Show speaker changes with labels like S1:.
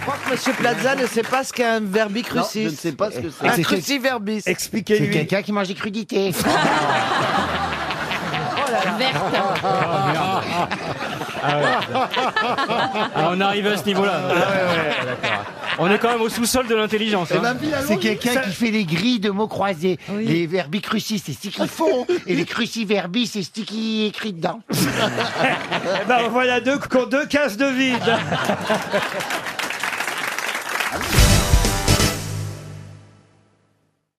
S1: crois que Monsieur Plaza ne sait pas ce qu'est un verbicrucis.
S2: Non, je ne sais pas ce que c'est.
S1: Un
S2: C'est-
S1: cruciverbis.
S2: Expliquez-lui.
S3: C'est quelqu'un qui mange des crudités.
S4: Ah, on arrive à ce niveau-là. On est quand même au sous-sol de l'intelligence. hein.
S3: C'est quelqu'un qui fait les grilles de mots croisés. Les verbicrucis, c'est ce qu'ils font. et les cruciverbis, c'est ce qui est écrit dedans.
S4: Eh ben, voilà deux qui ont deux cases de vide.